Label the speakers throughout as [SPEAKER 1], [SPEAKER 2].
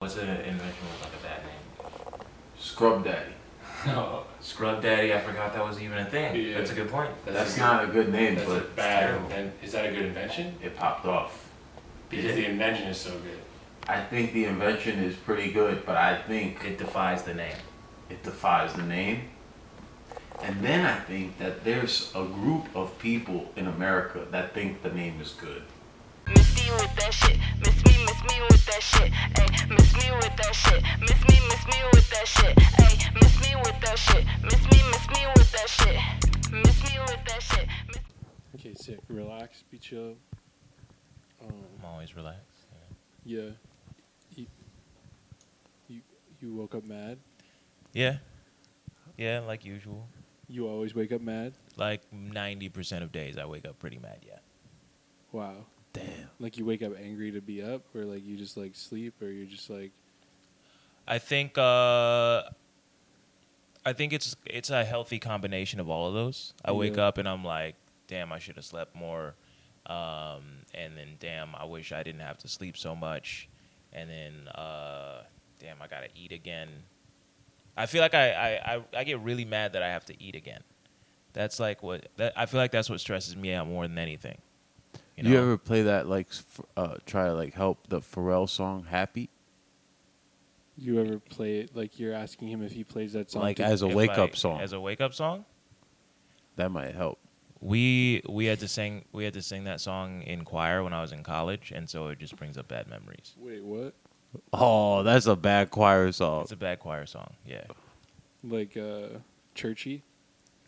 [SPEAKER 1] what's an invention with like a bad name?
[SPEAKER 2] Scrub Daddy.
[SPEAKER 3] No,
[SPEAKER 1] Scrub Daddy. I forgot that was even a thing.
[SPEAKER 3] Yeah.
[SPEAKER 1] That's a good point.
[SPEAKER 2] That's
[SPEAKER 3] a-
[SPEAKER 2] not a good name,
[SPEAKER 3] That's a
[SPEAKER 2] but
[SPEAKER 3] bad
[SPEAKER 1] terrible.
[SPEAKER 3] inven- Is that a good invention?
[SPEAKER 2] it popped off.
[SPEAKER 3] Because the invention is so good.
[SPEAKER 2] I think the invention is pretty good, but I think
[SPEAKER 1] It defies the name.
[SPEAKER 2] it defies the name. And then I think that there's a group of people in America that think the name is good.
[SPEAKER 4] Miss me with that shit. Miss me, miss me with that shit. Ayy, miss me with that shit. Miss me, miss me with that shit. Ayy, miss me with that shit. Miss me, miss me with that shit. Miss me with that shit. Miss
[SPEAKER 5] Okay, sick. Relax, be chill. Um,
[SPEAKER 1] I'm always relaxed.
[SPEAKER 5] yeah. You, you you woke up mad.
[SPEAKER 1] Yeah. Yeah, like usual.
[SPEAKER 5] You always wake up mad.
[SPEAKER 1] Like 90% of days, I wake up pretty mad. Yeah.
[SPEAKER 5] Wow.
[SPEAKER 1] Damn.
[SPEAKER 5] Like you wake up angry to be up, or like you just like sleep, or you're just like
[SPEAKER 1] I think uh, I think it's it's a healthy combination of all of those. I wake
[SPEAKER 5] Yeah.
[SPEAKER 1] up and I'm like, damn, I should have slept more, um, and then damn, I wish I didn't have to sleep so much, and then uh, damn, I gotta eat again. I feel like I, I, I, I get really mad that I have to eat again. That's like what that, I feel like that's what stresses me out more than anything. You know?
[SPEAKER 2] play that like, uh, try to like help the Pharrell song "Happy"
[SPEAKER 5] you ever play it. Like you're asking him if he plays that song. to-
[SPEAKER 1] If I- As a wake up song.
[SPEAKER 2] that might help.
[SPEAKER 1] We we had to sing we had to sing that song in choir when I was in college, and so it just brings up bad memories.
[SPEAKER 5] Wait, what?
[SPEAKER 2] Oh, that's a bad choir song.
[SPEAKER 1] It's a bad choir song, yeah.
[SPEAKER 5] Like uh, churchy.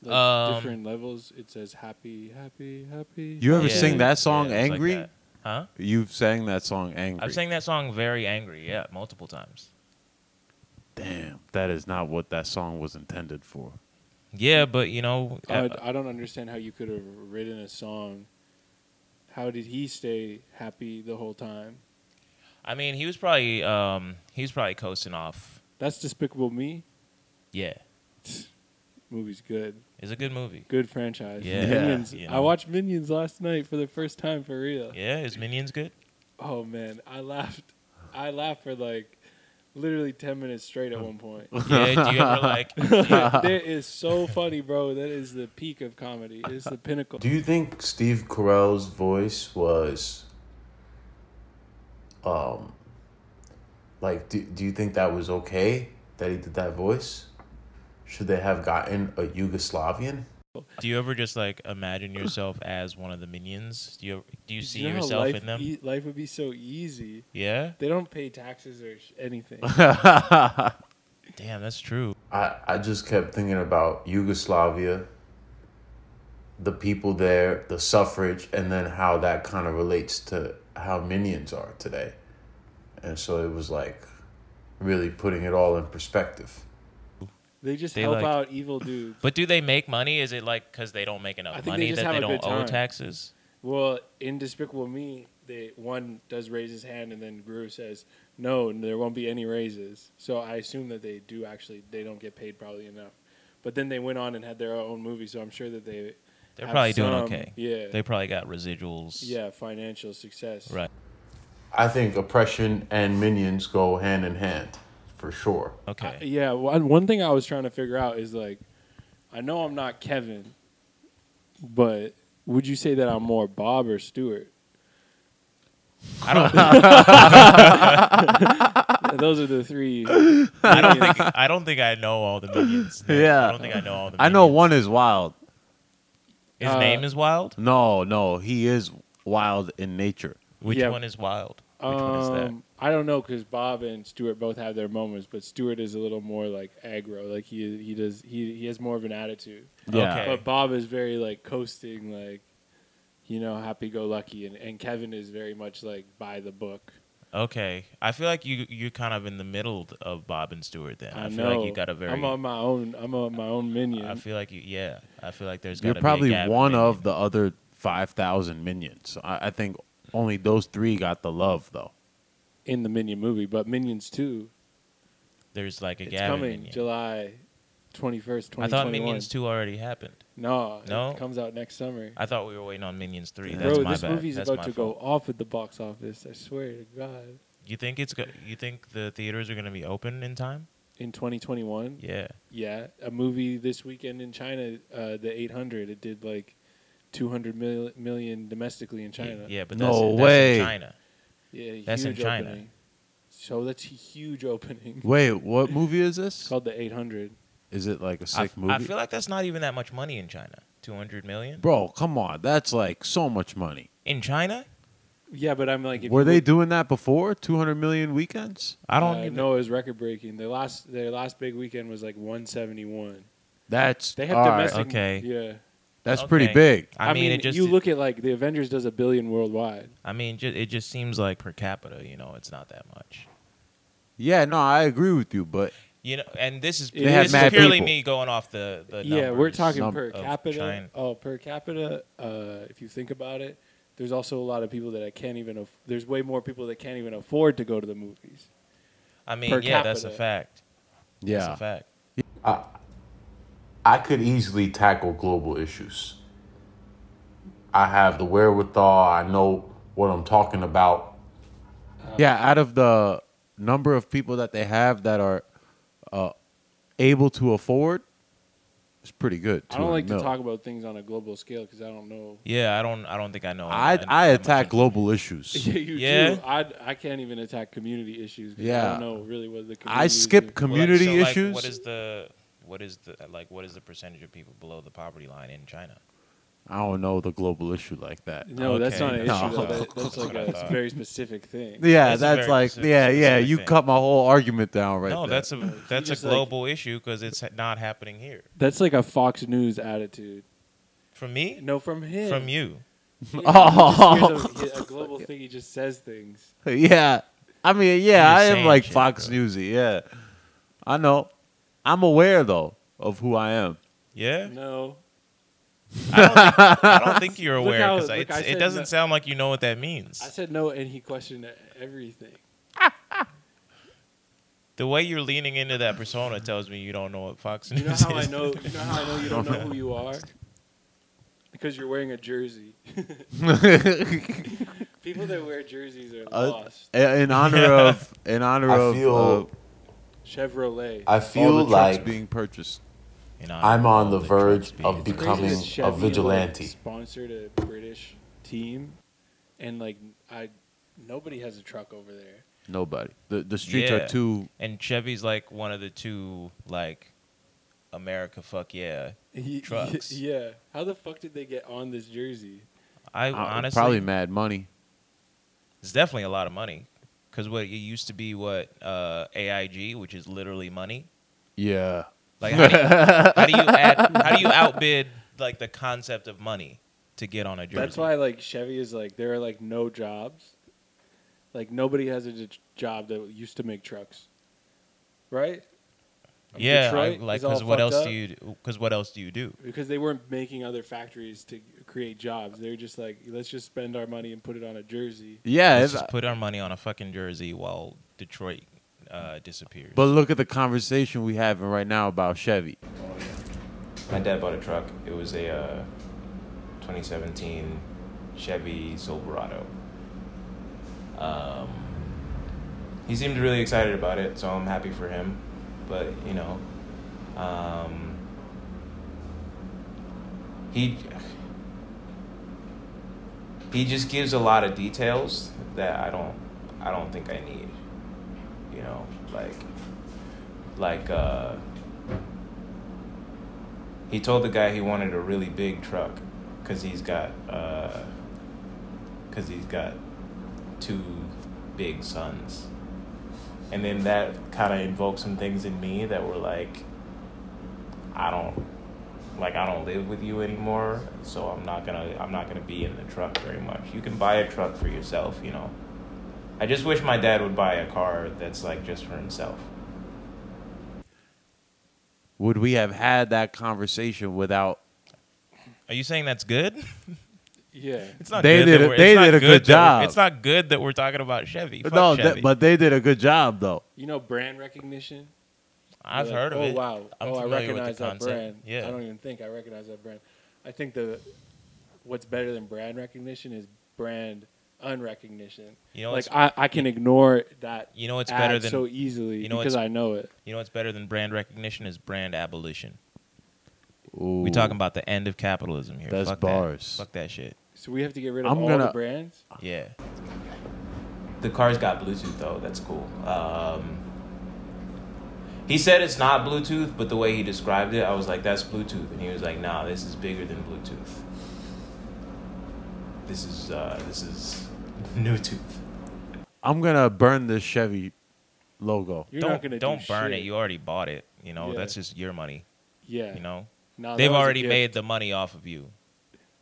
[SPEAKER 5] Like
[SPEAKER 1] Um,
[SPEAKER 5] different levels. It says happy, happy, happy.
[SPEAKER 2] You ever
[SPEAKER 1] Yeah,
[SPEAKER 2] sing that song
[SPEAKER 1] yeah, it's like
[SPEAKER 2] angry?
[SPEAKER 1] that. Huh?
[SPEAKER 2] You've sang that song angry.
[SPEAKER 1] I've sang that song very angry, yeah, multiple times.
[SPEAKER 2] Damn, that is not what that song was intended for.
[SPEAKER 1] Yeah, but you know,
[SPEAKER 5] I,
[SPEAKER 1] uh,
[SPEAKER 5] I don't understand how you could have written a song. How did he stay happy the whole time?
[SPEAKER 1] I mean, he was probably um, he was probably coasting off.
[SPEAKER 5] That's Despicable Me.
[SPEAKER 1] Yeah,
[SPEAKER 5] Movie's good.
[SPEAKER 1] it's a good movie.
[SPEAKER 5] Good franchise.
[SPEAKER 1] Yeah,
[SPEAKER 5] Minions.
[SPEAKER 1] you
[SPEAKER 5] I
[SPEAKER 1] know.
[SPEAKER 5] watched Minions last night for the first time for real.
[SPEAKER 1] Yeah, is Minions good?
[SPEAKER 5] Oh man, I laughed. I laughed for like literally 10 minutes straight at one point.
[SPEAKER 1] Yeah. Do you ever like?
[SPEAKER 5] that is so funny, bro. That is the peak of comedy. It's the pinnacle.
[SPEAKER 2] Do you think Steve Carell's voice was, um, like, do, do you think that was okay that he did that voice? Should they have gotten a Yugoslavian?
[SPEAKER 1] Do you ever just like imagine yourself as one of the minions? Do you do you
[SPEAKER 5] Do
[SPEAKER 1] see
[SPEAKER 5] you know how
[SPEAKER 1] yourself
[SPEAKER 5] life
[SPEAKER 1] in them?
[SPEAKER 5] e- life would be so easy.
[SPEAKER 1] yeah.
[SPEAKER 5] They don't pay taxes or sh- anything.
[SPEAKER 2] I,
[SPEAKER 1] Damn, that's true.
[SPEAKER 2] I just kept thinking about Yugoslavia, the people there, the suffrage, and then how that kind of relates to how minions are today. And so it was like really putting it all in perspective.
[SPEAKER 5] They just
[SPEAKER 1] They
[SPEAKER 5] help
[SPEAKER 1] like-
[SPEAKER 5] out evil dudes.
[SPEAKER 1] But do they make money? Is it like because they don't make
[SPEAKER 5] I
[SPEAKER 1] enough
[SPEAKER 5] think they
[SPEAKER 1] money
[SPEAKER 5] just
[SPEAKER 1] that
[SPEAKER 5] have
[SPEAKER 1] they
[SPEAKER 5] a
[SPEAKER 1] don't
[SPEAKER 5] good
[SPEAKER 1] owe
[SPEAKER 5] time.
[SPEAKER 1] taxes?
[SPEAKER 5] Well, in Despicable Me, they one does raise his hand, and then Gru says, "No, there won't be any raises." So I assume that they do actually. They don't get paid probably enough. But then they went on and had their own movie, so I'm sure that they
[SPEAKER 1] They're
[SPEAKER 5] have
[SPEAKER 1] probably doing
[SPEAKER 5] some-
[SPEAKER 1] okay.
[SPEAKER 5] Yeah,
[SPEAKER 1] They probably got residuals.
[SPEAKER 5] yeah, financial success.
[SPEAKER 1] Right.
[SPEAKER 2] I think oppression and minions go hand in hand, for sure.
[SPEAKER 1] Okay.
[SPEAKER 5] I- yeah. One one thing I was trying to figure out is like, I know I'm not Kevin, but would you say that I'm more Bob or Stewart?
[SPEAKER 1] I don't.
[SPEAKER 5] Those are the three.
[SPEAKER 1] I don't think. I don't think I know all the minions. No,
[SPEAKER 6] Yeah.
[SPEAKER 1] I don't think I know all the. Minions.
[SPEAKER 6] I know one is wild.
[SPEAKER 1] His
[SPEAKER 5] uh,
[SPEAKER 1] name is Wild.
[SPEAKER 6] No, no, he is wild in nature.
[SPEAKER 1] Which
[SPEAKER 5] yeah.
[SPEAKER 1] one is Wild? Which one is that?
[SPEAKER 5] Um, I don't know because Bob and Stewart both have their moments, but Stewart is a little more like aggro. Like he he does he he has more of an attitude,
[SPEAKER 6] Yeah.
[SPEAKER 1] Okay.
[SPEAKER 5] but Bob is very like coasting, like you know, happy go lucky, and and Kevin is very much like by the book.
[SPEAKER 1] Okay. I feel like you you're kind of in the middle of Bob and Stewart. Then I,
[SPEAKER 5] I,
[SPEAKER 1] feel
[SPEAKER 5] know.
[SPEAKER 1] like you got a very.
[SPEAKER 5] I'm on my own. I'm on my own minion.
[SPEAKER 1] I feel like you. Yeah. I feel like there's.
[SPEAKER 6] You're
[SPEAKER 1] gotta be a
[SPEAKER 6] probably
[SPEAKER 1] gap in
[SPEAKER 6] one
[SPEAKER 1] minions.
[SPEAKER 6] of the other 5,000 minions. I, I think only those three got the love, though.
[SPEAKER 5] in the Minion movie, but Minions Two,
[SPEAKER 1] There's like a
[SPEAKER 5] it's
[SPEAKER 1] gap. in
[SPEAKER 5] coming
[SPEAKER 1] minions.
[SPEAKER 5] July twenty first,
[SPEAKER 1] I
[SPEAKER 5] twenty
[SPEAKER 1] thought
[SPEAKER 5] twenty one.
[SPEAKER 1] Minions Two already happened.
[SPEAKER 5] No,
[SPEAKER 1] No?
[SPEAKER 5] it comes out next summer.
[SPEAKER 1] I thought we were waiting on Minions Three. That's
[SPEAKER 5] Bro,
[SPEAKER 1] my
[SPEAKER 5] this
[SPEAKER 1] bad.
[SPEAKER 5] movie's
[SPEAKER 1] That's
[SPEAKER 5] about
[SPEAKER 1] my
[SPEAKER 5] to
[SPEAKER 1] fault.
[SPEAKER 5] go off at the box office. I swear to God.
[SPEAKER 3] You think it's go- you think the theaters are going to be open in time?
[SPEAKER 5] in 2021.
[SPEAKER 3] Yeah.
[SPEAKER 5] Yeah, a movie this weekend in China, uh, the 800. It did like 200 mil- million domestically in China.
[SPEAKER 3] Yeah, but that's,
[SPEAKER 2] No
[SPEAKER 3] that's
[SPEAKER 2] way.
[SPEAKER 3] in China.
[SPEAKER 5] yeah
[SPEAKER 3] That's in
[SPEAKER 5] huge
[SPEAKER 3] China.
[SPEAKER 5] Opening. So that's a huge opening.
[SPEAKER 2] Wait, what movie is
[SPEAKER 5] It's
[SPEAKER 2] this?
[SPEAKER 5] called the 800.
[SPEAKER 2] Is it like a
[SPEAKER 3] I-
[SPEAKER 2] sick movie?
[SPEAKER 3] I feel like that's not even that much money in China. 200 million?
[SPEAKER 2] Bro, come on. That's like so much money.
[SPEAKER 3] In China?
[SPEAKER 5] Yeah, but I'm like, if
[SPEAKER 2] Were
[SPEAKER 5] you
[SPEAKER 2] they
[SPEAKER 5] look-
[SPEAKER 2] doing that before? 200 million weekends?
[SPEAKER 3] I don't
[SPEAKER 5] uh,
[SPEAKER 3] even
[SPEAKER 5] know it was record breaking. Their last their last big weekend was like 171.
[SPEAKER 2] That's
[SPEAKER 5] They had
[SPEAKER 2] all right.
[SPEAKER 5] domestic.
[SPEAKER 3] Okay.
[SPEAKER 5] Yeah.
[SPEAKER 2] That's
[SPEAKER 3] Okay.
[SPEAKER 2] pretty big.
[SPEAKER 3] I, mean, it just
[SPEAKER 5] you look at like the Avengers does a billion worldwide.
[SPEAKER 3] I mean, ju- it just seems like per capita, you know, it's not that much.
[SPEAKER 2] Yeah, no, I agree with you, but
[SPEAKER 3] You know, and this is,
[SPEAKER 5] They have
[SPEAKER 3] this is
[SPEAKER 2] mad
[SPEAKER 3] purely
[SPEAKER 2] people.
[SPEAKER 3] me going off the the
[SPEAKER 5] yeah, we're
[SPEAKER 3] numbers.
[SPEAKER 5] talking
[SPEAKER 2] Num-
[SPEAKER 5] per
[SPEAKER 3] of
[SPEAKER 5] capita.
[SPEAKER 3] China.
[SPEAKER 5] Oh, per capita. Uh, if you think about it, there's also a lot of people that I can't even. Af- there's way more people that can't even afford to go to the movies.
[SPEAKER 3] I mean,
[SPEAKER 5] per
[SPEAKER 3] yeah, that's a
[SPEAKER 5] capita.
[SPEAKER 3] fact. That's
[SPEAKER 2] yeah.
[SPEAKER 3] a fact.
[SPEAKER 1] I could easily tackle global issues. I have the wherewithal. I know what I'm talking about.
[SPEAKER 2] Yeah, out of the number of people that they have that are uh, able to afford, it's pretty good.
[SPEAKER 5] I don't
[SPEAKER 2] 200
[SPEAKER 5] like to
[SPEAKER 2] mil.
[SPEAKER 5] talk about things on a global scale because I don't know.
[SPEAKER 3] Yeah, I don't I don't think I know.
[SPEAKER 2] I
[SPEAKER 3] that
[SPEAKER 2] I
[SPEAKER 3] much
[SPEAKER 2] attack
[SPEAKER 3] information.
[SPEAKER 2] global issues.
[SPEAKER 5] Yeah, you
[SPEAKER 3] Yeah.
[SPEAKER 5] do. I I can't even attack community issues. 'cause I
[SPEAKER 2] Yeah.
[SPEAKER 5] don't know really what the.
[SPEAKER 2] I
[SPEAKER 5] community
[SPEAKER 2] skip
[SPEAKER 5] is.
[SPEAKER 3] Well, like,
[SPEAKER 2] community
[SPEAKER 3] so, like,
[SPEAKER 2] issues.
[SPEAKER 3] what is the what is the like what is the percentage of people below the poverty line in China?
[SPEAKER 2] I don't know the global issue like that.
[SPEAKER 5] No, that's
[SPEAKER 3] Okay.
[SPEAKER 5] not an issue.
[SPEAKER 2] No.
[SPEAKER 5] Though. That, that's
[SPEAKER 3] That's
[SPEAKER 5] like
[SPEAKER 3] what I
[SPEAKER 5] a
[SPEAKER 3] thought.
[SPEAKER 5] very specific thing.
[SPEAKER 2] Yeah,
[SPEAKER 3] That's a
[SPEAKER 2] that's
[SPEAKER 3] very
[SPEAKER 2] like
[SPEAKER 3] specific-
[SPEAKER 2] yeah, yeah.
[SPEAKER 3] specific
[SPEAKER 2] You
[SPEAKER 3] thing.
[SPEAKER 2] cut my whole argument down right
[SPEAKER 3] no,
[SPEAKER 2] there.
[SPEAKER 3] that's a that's a
[SPEAKER 5] just, like-
[SPEAKER 3] global issue 'cause issue because it's not happening here.
[SPEAKER 5] That's like a Fox News attitude.
[SPEAKER 3] For me,
[SPEAKER 5] No, from him.
[SPEAKER 3] from you.
[SPEAKER 5] Yeah,
[SPEAKER 2] Oh.
[SPEAKER 5] he just hears a, a global thing. He just says things.
[SPEAKER 2] yeah. I mean, yeah,
[SPEAKER 3] You're
[SPEAKER 2] I am
[SPEAKER 3] saying
[SPEAKER 2] like
[SPEAKER 3] shit,
[SPEAKER 2] Fox
[SPEAKER 3] bro.
[SPEAKER 2] Newsy. Yeah, I know. I'm aware though of who I am.
[SPEAKER 3] Yeah,
[SPEAKER 5] No.
[SPEAKER 3] I don't think you're
[SPEAKER 5] Look
[SPEAKER 3] aware
[SPEAKER 5] how-
[SPEAKER 3] because
[SPEAKER 5] look, I
[SPEAKER 3] it
[SPEAKER 5] said
[SPEAKER 3] doesn't
[SPEAKER 5] no-
[SPEAKER 3] sound like you know what that means.
[SPEAKER 5] I said no, and he questioned everything.
[SPEAKER 3] the way you're leaning into that persona tells me you don't know what Fox News
[SPEAKER 5] You know how I
[SPEAKER 3] is.
[SPEAKER 5] know? You know how I know you don't know who you are? Because you're wearing a jersey. People that wear jerseys are
[SPEAKER 2] Uh,
[SPEAKER 5] lost.
[SPEAKER 2] in honor of, in honor
[SPEAKER 1] I
[SPEAKER 2] of
[SPEAKER 1] feel-
[SPEAKER 2] uh,
[SPEAKER 5] Chevrolet.
[SPEAKER 1] I
[SPEAKER 2] all the
[SPEAKER 1] feel
[SPEAKER 2] trucks
[SPEAKER 1] like
[SPEAKER 2] being purchased.
[SPEAKER 3] You know,
[SPEAKER 1] I'm on the
[SPEAKER 3] Trump's
[SPEAKER 1] verge
[SPEAKER 3] being
[SPEAKER 1] of
[SPEAKER 3] a
[SPEAKER 5] It's
[SPEAKER 3] Trump.
[SPEAKER 1] becoming
[SPEAKER 5] crazy that
[SPEAKER 1] a
[SPEAKER 5] Chevy, like,
[SPEAKER 1] vigilante.
[SPEAKER 5] sponsored a British team, and like I, nobody has a truck over there.
[SPEAKER 2] Nobody. The the streets
[SPEAKER 3] Yeah.
[SPEAKER 2] are too.
[SPEAKER 3] and Chevy's like one of the two like America fuck yeah.
[SPEAKER 5] He-
[SPEAKER 3] Trucks.
[SPEAKER 5] Yeah. How the fuck did they get on this jersey?
[SPEAKER 3] I
[SPEAKER 2] uh,
[SPEAKER 3] honestly
[SPEAKER 2] probably mad money.
[SPEAKER 3] it's definitely a lot of money because what it used to be what uh, AIG, which is literally money.
[SPEAKER 2] Yeah.
[SPEAKER 3] Like how do you, how do you add, how do you outbid like the concept of money to get on a jersey?
[SPEAKER 5] That's why like Chevy is like there are like no jobs. Like nobody has a j- job that used to make trucks. Right?
[SPEAKER 3] yeah, I-
[SPEAKER 5] Detroit
[SPEAKER 3] like
[SPEAKER 5] is all
[SPEAKER 3] because what
[SPEAKER 5] fucked
[SPEAKER 3] else
[SPEAKER 5] up.
[SPEAKER 3] do you because what else do you do?
[SPEAKER 5] Because they weren't making other factories to create jobs. They're just like let's just spend our money and put it on a jersey.
[SPEAKER 2] Yeah.
[SPEAKER 3] Let's
[SPEAKER 2] It's,
[SPEAKER 3] just put our money on a fucking jersey while Detroit uh, disappears.
[SPEAKER 2] but look at the conversation we having right now about Chevy.
[SPEAKER 3] My dad bought a truck. It was a uh, 2017 Chevy Silverado. Um, he seemed really excited about it, so I'm happy for him. But you know, um, he he just gives a lot of details that I don't I don't think I need. You know, like like uh he told the guy he wanted a really big truck because he's got uh because he's got two big sons and then that kind of invoked some things in me that were like i don't like i don't live with you anymore so i'm not gonna i'm not gonna be in the truck very much you can buy a truck for yourself you know i just wish my dad would buy a car that's like just for himself
[SPEAKER 2] Would we have had that conversation without?
[SPEAKER 3] are you saying that's good
[SPEAKER 5] Yeah.
[SPEAKER 3] It's not
[SPEAKER 2] They
[SPEAKER 3] good
[SPEAKER 2] did
[SPEAKER 3] that
[SPEAKER 2] a-
[SPEAKER 3] we're-
[SPEAKER 2] they
[SPEAKER 3] it's not
[SPEAKER 2] did a good
[SPEAKER 3] that we're-
[SPEAKER 2] job.
[SPEAKER 3] It's not good that we're talking about Chevy. Fuck
[SPEAKER 2] no,
[SPEAKER 3] Chevy.
[SPEAKER 2] th- but they did a good job though.
[SPEAKER 5] You know brand recognition?
[SPEAKER 3] I've
[SPEAKER 5] You're like,
[SPEAKER 3] heard of
[SPEAKER 5] oh,
[SPEAKER 3] it.
[SPEAKER 5] wow.
[SPEAKER 3] I'm
[SPEAKER 5] oh,
[SPEAKER 3] familiar
[SPEAKER 5] I
[SPEAKER 3] with the
[SPEAKER 5] recognize that
[SPEAKER 3] concept.
[SPEAKER 5] brand.
[SPEAKER 3] Yeah.
[SPEAKER 5] I don't even think I recognize that brand. I think the what's better than brand recognition is brand unrecognition.
[SPEAKER 1] You know
[SPEAKER 5] like
[SPEAKER 1] what's-
[SPEAKER 5] I, I can ignore that.
[SPEAKER 1] You know what's
[SPEAKER 5] ad
[SPEAKER 1] better than
[SPEAKER 5] so easily
[SPEAKER 1] you know
[SPEAKER 5] because
[SPEAKER 1] what's-
[SPEAKER 5] I know it.
[SPEAKER 1] you know what's better than brand recognition is brand abolition.
[SPEAKER 6] Ooh.
[SPEAKER 1] We're talking about the end of capitalism here.
[SPEAKER 6] That's
[SPEAKER 1] Fuck
[SPEAKER 6] bars.
[SPEAKER 1] That. Fuck that shit.
[SPEAKER 5] So we have to get rid of
[SPEAKER 6] I'm
[SPEAKER 5] all
[SPEAKER 6] gonna-
[SPEAKER 5] the brands.
[SPEAKER 1] Yeah. The car's got Bluetooth though. That's cool. Um, he said it's not Bluetooth, but the way he described it, I was like, "That's Bluetooth," and he was like, "Nah, this is bigger than Bluetooth. This is uh, this is new tooth."
[SPEAKER 6] I'm gonna burn this Chevy logo.
[SPEAKER 5] You're
[SPEAKER 1] don't
[SPEAKER 5] not gonna do
[SPEAKER 1] don't burn
[SPEAKER 5] shit.
[SPEAKER 1] it. You already bought it. You know
[SPEAKER 5] Yeah.
[SPEAKER 1] that's just your money.
[SPEAKER 5] yeah.
[SPEAKER 1] You know
[SPEAKER 5] Nah,
[SPEAKER 1] they've
[SPEAKER 5] that was a
[SPEAKER 1] already
[SPEAKER 5] gift.
[SPEAKER 1] made the money off of you.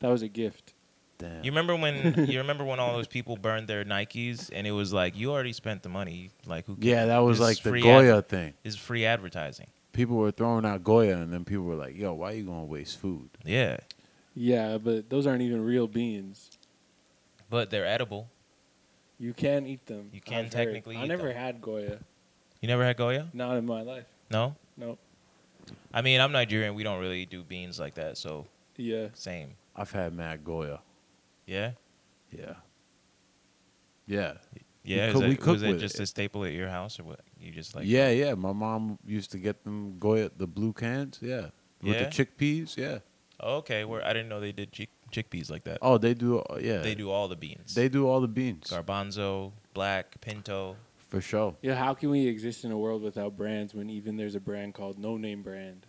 [SPEAKER 5] that was a gift.
[SPEAKER 6] Damn.
[SPEAKER 1] You remember when you remember when all those people burned their Nikes and it was like you already spent the money. Like who?
[SPEAKER 6] yeah, that was
[SPEAKER 1] this
[SPEAKER 6] like
[SPEAKER 1] is
[SPEAKER 6] the
[SPEAKER 1] free
[SPEAKER 6] Goya
[SPEAKER 1] ad-
[SPEAKER 6] thing.
[SPEAKER 1] this is free advertising.
[SPEAKER 6] People were throwing out Goya, and then people were like, "Yo, why you gonna waste food?"
[SPEAKER 1] Yeah,
[SPEAKER 5] Yeah, but those aren't even real beans.
[SPEAKER 1] but they're edible.
[SPEAKER 5] You can eat them.
[SPEAKER 1] You can
[SPEAKER 5] I've heard.
[SPEAKER 1] technically
[SPEAKER 5] I
[SPEAKER 1] eat
[SPEAKER 5] never
[SPEAKER 1] them.
[SPEAKER 5] had goya.
[SPEAKER 1] You never had Goya?
[SPEAKER 5] Not in my life.
[SPEAKER 1] No.
[SPEAKER 5] Nope.
[SPEAKER 1] I mean, I'm Nigerian. We don't really do beans like that. So
[SPEAKER 5] Yeah.
[SPEAKER 1] same.
[SPEAKER 6] I've had mad Goya.
[SPEAKER 1] Yeah.
[SPEAKER 6] Yeah. Yeah.
[SPEAKER 1] Yeah.
[SPEAKER 6] cook-
[SPEAKER 1] is that-
[SPEAKER 6] we cook
[SPEAKER 1] was it
[SPEAKER 6] with
[SPEAKER 1] just
[SPEAKER 6] it.
[SPEAKER 1] a staple at your house or what? You just like
[SPEAKER 6] yeah, yeah. My mom used to get them Goya, the blue cans. Yeah. With
[SPEAKER 1] Yeah?
[SPEAKER 6] the chickpeas. Yeah.
[SPEAKER 1] Oh, okay. Where I didn't know they did chick- chickpeas like that.
[SPEAKER 6] Oh, they do. Yeah.
[SPEAKER 1] They do all the beans.
[SPEAKER 6] They do all the beans
[SPEAKER 1] garbanzo, black, pinto.
[SPEAKER 6] for sure.
[SPEAKER 5] Yeah. How can we exist in a world without brands when even there's a brand called No Name Brand?